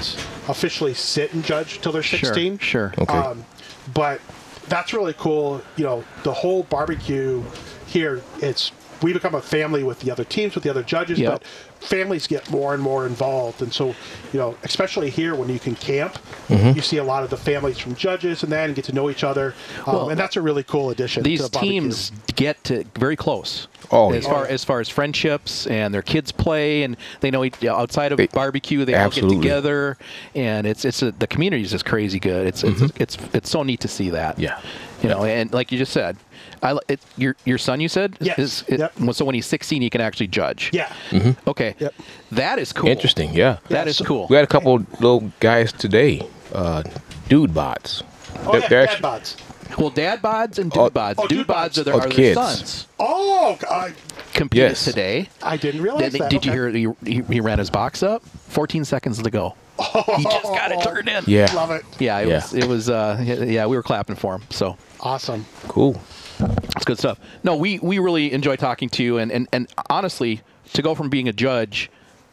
officially sit and judge till they're
Sure,
16.
sure.
Okay.
Um, but that's really cool. You know, the whole barbecue here. It's we become a family with the other teams, with the other judges,
Yep.
but families get more and more involved. And so, you know, especially here when you can camp,
Mm-hmm.
you see a lot of the families from judges and then get to know each other. Um,
Well,
and that's a really cool addition.
These
to barbecue.
teams get to very close.
Oh,
as
yeah.
far as far as friendships and their kids play and they know each- outside of
It-
barbecue they all
absolutely.
get together and it's it's a, the community is just crazy good. It's it's, it's it's so neat to see that.
Mm-hmm. Yeah.
You know, and like you just said, I li- it, your your son you said
Yes.
is it,
Yep.
well, so when he's 16 he can actually judge.
Yeah.
Mm-hmm. Okay.
Yep.
That is cool.
Interesting, yeah.
That
Yeah,
is
so-
cool.
We had a couple little guys today, uh, dude bots.
Oh,
They're-
yeah,
they're
dad
actu-
bods.
Well, dad bods and dude
Oh,
bods.
oh,
dude
dude
bods
bods.
are their,
Oh,
are their
kids.
sons.
Oh, I,
Competed
Yes.
today.
I didn't
Did,
realize that.
did you
Okay.
hear he, he, he ran his box up? 14 seconds to go. he
(laughs)
just got it turned in.
Yeah.
Love it.
Yeah, it
Yeah.
was. It was. Uh, yeah, we were clapping for him. So
Awesome.
Cool.
it's good stuff. No, we we really enjoy talking to you, and and and honestly, to go from being a judge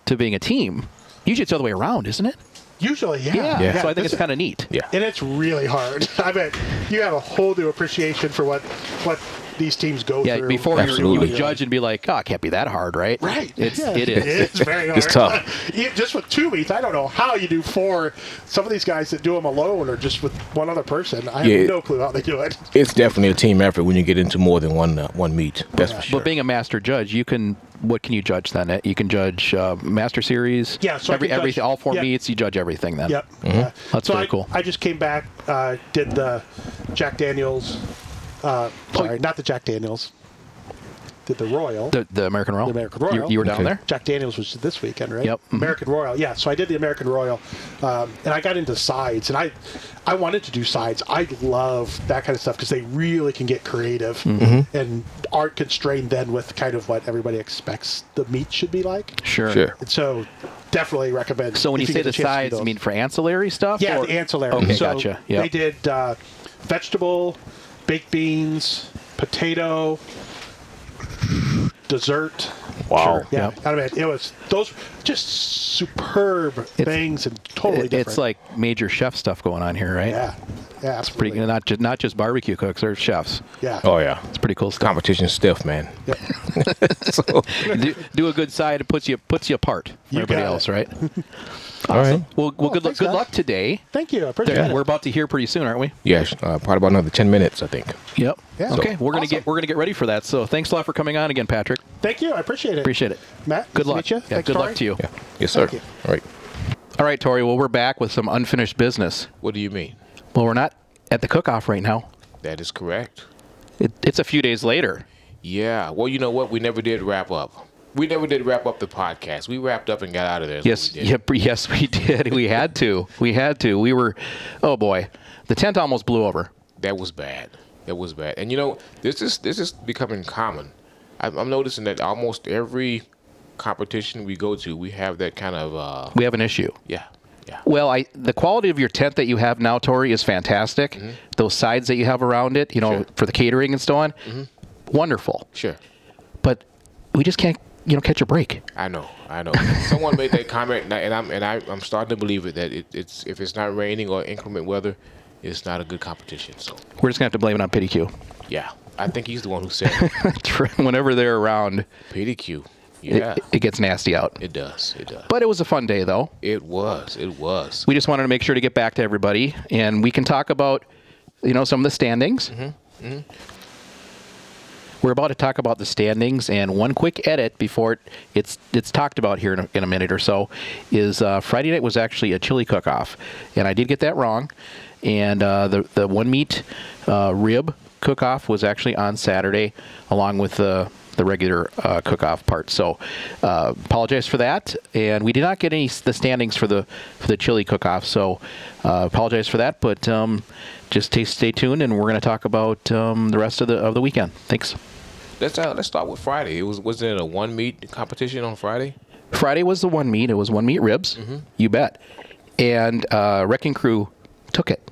to being a team, usually it's the other way around, isn't it?
Usually, yeah.
Yeah.
So I think
this
it's kind of neat.
Yeah.
is- And it's really hard. (laughs) I mean, you have a whole new appreciation for what what these teams go
Yeah,
through.
before you- you
Absolutely.
would judge and be like, "Oh, it can't be that hard, right?"
Right.
It's
(laughs) Yeah.
it is. (laughs)
It's very hard.
It's
(laughs)
tough.
You- just with two meets, I don't know how you do four. Some of these guys that do them alone or just with one other person, I have
Yeah.
no clue how they do it.
It's definitely a team effort when you get into more than one uh, one meet. That's for sure.
But being a master judge, you can what can you judge then? You can judge uh, master series.
Yeah, so I
every
can
every
judge-
all four
yeah.
meets, you judge everything then.
Yep. Yeah.
Mm-hmm. That's
so
pretty
I,
cool.
I just came back, uh, did the Jack Daniels. Uh, sorry, not the Jack Daniels. Did the Royal.
The the American Royal.
The American
You-
Royal.
You, were down
Okay.
there.
Jack Daniels was this weekend, right?
Yep. Mhm.
American Royal. Yeah. So I did the American Royal, um, and I got into sides, and I, I wanted to do sides. I love that kind of stuff because they really can get creative
Mm-hmm.
and aren't constrained then with kind of what everybody expects the meat should be like.
(laughs) Sure.
sure.
And so, definitely recommend.
So when
if
you, say
get a
the
chance to do
sides,
those.
you mean for ancillary stuff?
yeah,
or-
the ancillary.
Okay,
so
gotcha. Yeah.
They did uh, vegetable, baked beans, potato, dessert.
Wow.
Yeah,
Yep.
I mean, it was those just superb things and totally
It-
different.
it's like major chef stuff going on here, right?
yeah, yeah, it's
Pretty not just not just barbecue cooks, they're chefs.
Yeah,
Oh yeah.
It's pretty cool stuff.
Competition stuff, man.
Yep.
(laughs) so,
do, do a good side, it puts you puts you apart from
You
everybody
got it.
else, right?
all right.
Well, well,
Oh,
good luck.
thanks,
Good
guys.
luck today.
Thank you. I appreciate it.
We're about to hear pretty soon, aren't we?
Yes, uh, probably about another ten minutes, I think.
Yep.
Yeah.
Okay,
So-
we're gonna
Awesome.
get we're gonna get ready for that. So thanks a lot for coming on again, Patrick.
Thank you. I appreciate it.
Appreciate it.
Matt,
Good
nice to
luck.
meet you.
Yeah,
Thanks,
good
Tori.
luck to you.
Yeah. Yes, sir.
Thank you.
All right.
All right, Tori. Well, we're back with some unfinished business.
What do you mean?
Well, we're not at the cook-off right now.
That is correct.
It, it's a few days later.
Yeah. Well, you know what? We never did wrap up. We never did wrap up the podcast. We wrapped up and got out of there. is what
Yes,
we did.
yep, (laughs) yes, we did. We had to. We had to. We were, oh boy, the tent almost blew over.
That was bad. That was bad. And you know, this is this is becoming common. I'm, I'm noticing that almost every competition we go to, we have that kind of uh,
We have an issue.
yeah, yeah.
Well, I the quality of your tent that you have now, Tori, is fantastic. Those sides that you have around it, you know,
Sure.
for the catering and so on, Mm-hmm. wonderful.
Sure.
But we just can't, you know, catch a break.
I know, I (laughs) know. Someone made that comment, and I- and I'm and I, I'm starting to believe it that it, it's if it's not raining or inclement weather, it's not a good competition. So
We're just gonna have to blame it on PDQ.
yeah, I think he's the one who said (laughs) it.
Whenever they're around,
PDQ.
it,
Yeah,
it gets nasty out.
it does. It does.
But it was a fun day, though.
It was. It was.
we just wanted to make sure to get back to everybody and we can talk about you know some of the standings we're about to talk about the standings and one quick edit before it, it's it's talked about here in a, in a minute or so is uh, friday night was actually a chili cook off and i did get that wrong and uh, the, the one meat uh, rib cook off was actually on saturday along with the the regular uh, cook-off part. So, uh, apologize for that. And we did not get any s- the standings for the for the chili cook-off. So, uh, apologize for that. But um, just stay, stay tuned, and we're going to talk about um, the rest of the of the weekend. Thanks.
Let's uh, let's start with Friday. It was wasn't it a one meet competition on Friday?
Friday was the one meat. It was one meat ribs. You bet. And uh, Wrecking Crew took it.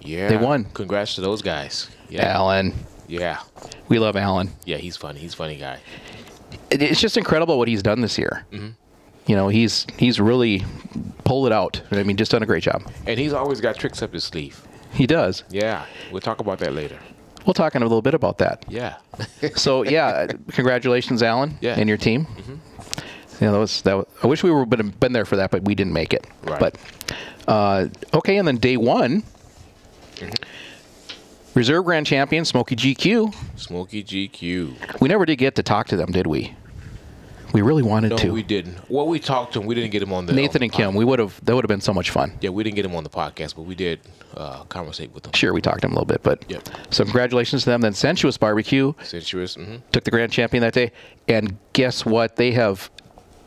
Yeah.
They won.
Congrats to those guys. Yeah.
Alan,
Yeah.
we love Alan.
Yeah, he's funny. He's a funny guy.
It, it's just incredible what he's done this year. You know, he's he's really pulled it out. I mean, just done a great job.
And he's always got tricks up his sleeve.
He does.
Yeah. We'll talk about that later.
We'll talk in a little bit about that.
Yeah. (laughs)
So yeah, congratulations, Alan,
Yeah. Mm-hmm.
and your team. You know, that was, that was, I wish we were been, been there for that, but we didn't make it.
Right.
But uh, okay, and then day one,
Mm-hmm.
Reserve Grand Champion Smoky GQ.
Smokey GQ.
We never did get to talk to them, did we? We really wanted
No,
to.
we didn't. Well, we talked to him. We didn't get him on the
Nathan
on
and
the
Kim.
pod-
We would have. That would have been so much fun.
Yeah, we didn't get him on the podcast, but we did uh, conversate with him.
Sure, we talked to them a little bit, but
Yep.
so congratulations to them. Then Sensuous Barbecue
Sensuous. hmm
took the grand champion that day, and guess what? They have,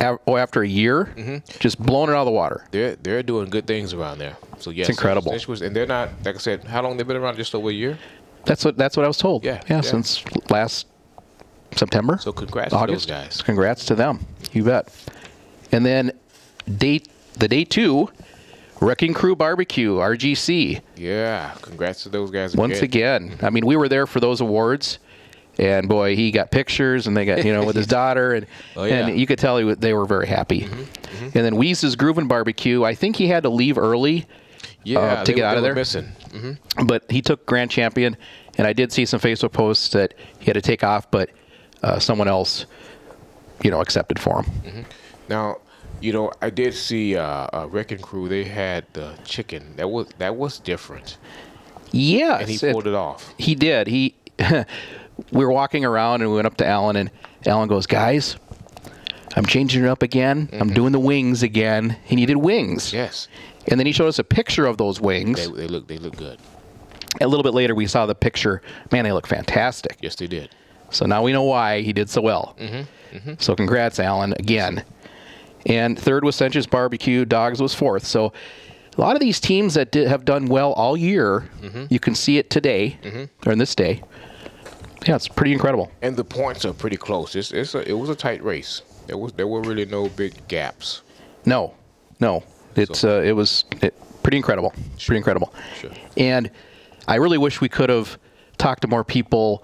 af- oh, after a year,
Mm-hmm.
just blown it out of the water.
They're they're doing good things around there. So yes,
incredible.
Sensuous, and they're not like I said. How long they've been around? Just over a year.
That's what that's what I was told.
Yeah,
yeah,
yeah.
since last September.
So congrats
August.
to those guys.
Congrats to them. You bet. And then day the day two, Wrecking Crew Barbecue RGC
Yeah, congrats to those guys
once again. I mean, we were there for those awards. And boy, he got pictures, and they got you know
(laughs)
with his daughter, and
Oh, yeah. Mm-hmm.
and you could tell he, wa- they were very happy. And then Weeze's Groovin' Barbecue, I think he had to leave early
Yeah,
uh, to
they
get
were-
out
they
of
were
there.
Missing. hmm
but he took grand champion and i did see some facebook posts that he had to take off but uh, someone else you know accepted for him
Now, you know, I did see uh, uh, Wrecking Crew. They had the chicken. That was that was different,
yes
and he
it-
pulled it off.
he did he (laughs) we were walking around and we went up to alan and alan goes guys i'm changing it up again i'm doing the wings again and he did wings
Yes,
and then he showed us a picture of those
they
wings
they look they look good.
a little bit later we saw the picture man they look fantastic
Yes, they did.
So now we know why he did so well. So congrats, Alan, again. And third was Sensuous Barbecue. Dogs was fourth. So a lot of these teams that did, have done well all year, you can see it today or in this day. Yeah, it's pretty incredible.
And the points are pretty close. It's, it's a, it was a tight race. There was there were really no big gaps.
No, no, it's uh, it was it, pretty incredible. Pretty incredible.
Sure.
And I really wish we could have talked to more people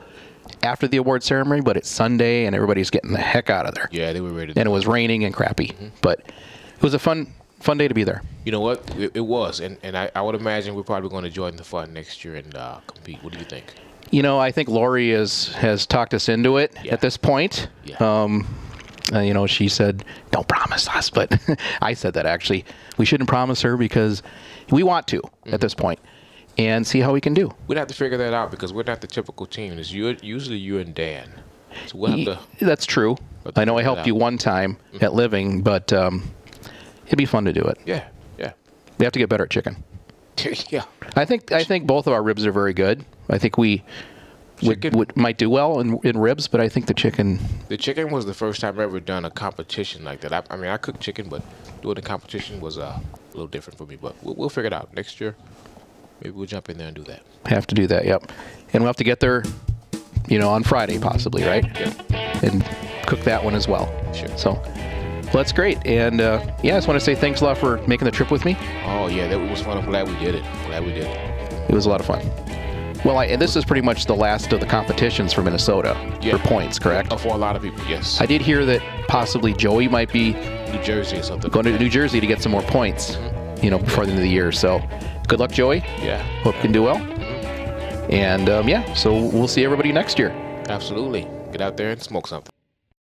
after the award ceremony, but it's Sunday and everybody's getting the heck out of there.
Yeah, Mm-hmm. they were ready.
And it was raining and crappy, but it was a fun fun day to be there.
You know what? It, it was, and and I, I would imagine we're probably going to join the fun next year and uh, compete. What do you think?
You know, I think Lori is has talked us into it
Yeah.
at this point.
Yeah.
Um, uh, you know, she said, "Don't promise us," (laughs) but I said that actually we shouldn't promise her because we want to
Mm-hmm.
at this point and see how we can do.
We'd have to figure that out because we're not the typical team. It's you, usually you and Dan. So we'll have to.
Ye- That's true.
We'll have to
I know I
figure that Mm-hmm.
helped you
out.
one time at living, but um, it'd be fun to do it.
Yeah, yeah, (laughs)
We have to get better at chicken.
yeah.
I think I think both of our ribs are very good. I think we would,
Chicken-
would might do well in, in ribs, but I think the chicken.
The chicken was the first time I ever done a competition like that. I, I mean, I cooked chicken, but doing a competition was uh, a little different for me. But we'll, we'll figure it out next year. Maybe we'll jump in there and do that.
Have to do that. Yep, and we'll have to get there, you know, on Friday possibly, right?
Yeah.
And cook that one as well.
Sure.
So well, that's great. And uh, yeah, I just want to say thanks a lot for making the trip with me.
Oh yeah, that was fun. I'm glad we did it. Glad we did it.
It was a lot of fun. Well, I, and this is pretty much the last of the competitions for Minnesota
Yeah.
for points, correct?
Oh, for a lot of people, yes.
I did hear that possibly Joey might be
New Jersey or something.
going to New Jersey to get some more points, you know, before the end of the year. So good luck, Joey.
Yeah,
Hope you can do well. And um, yeah, so we'll see everybody next year.
absolutely. Get out there and smoke something.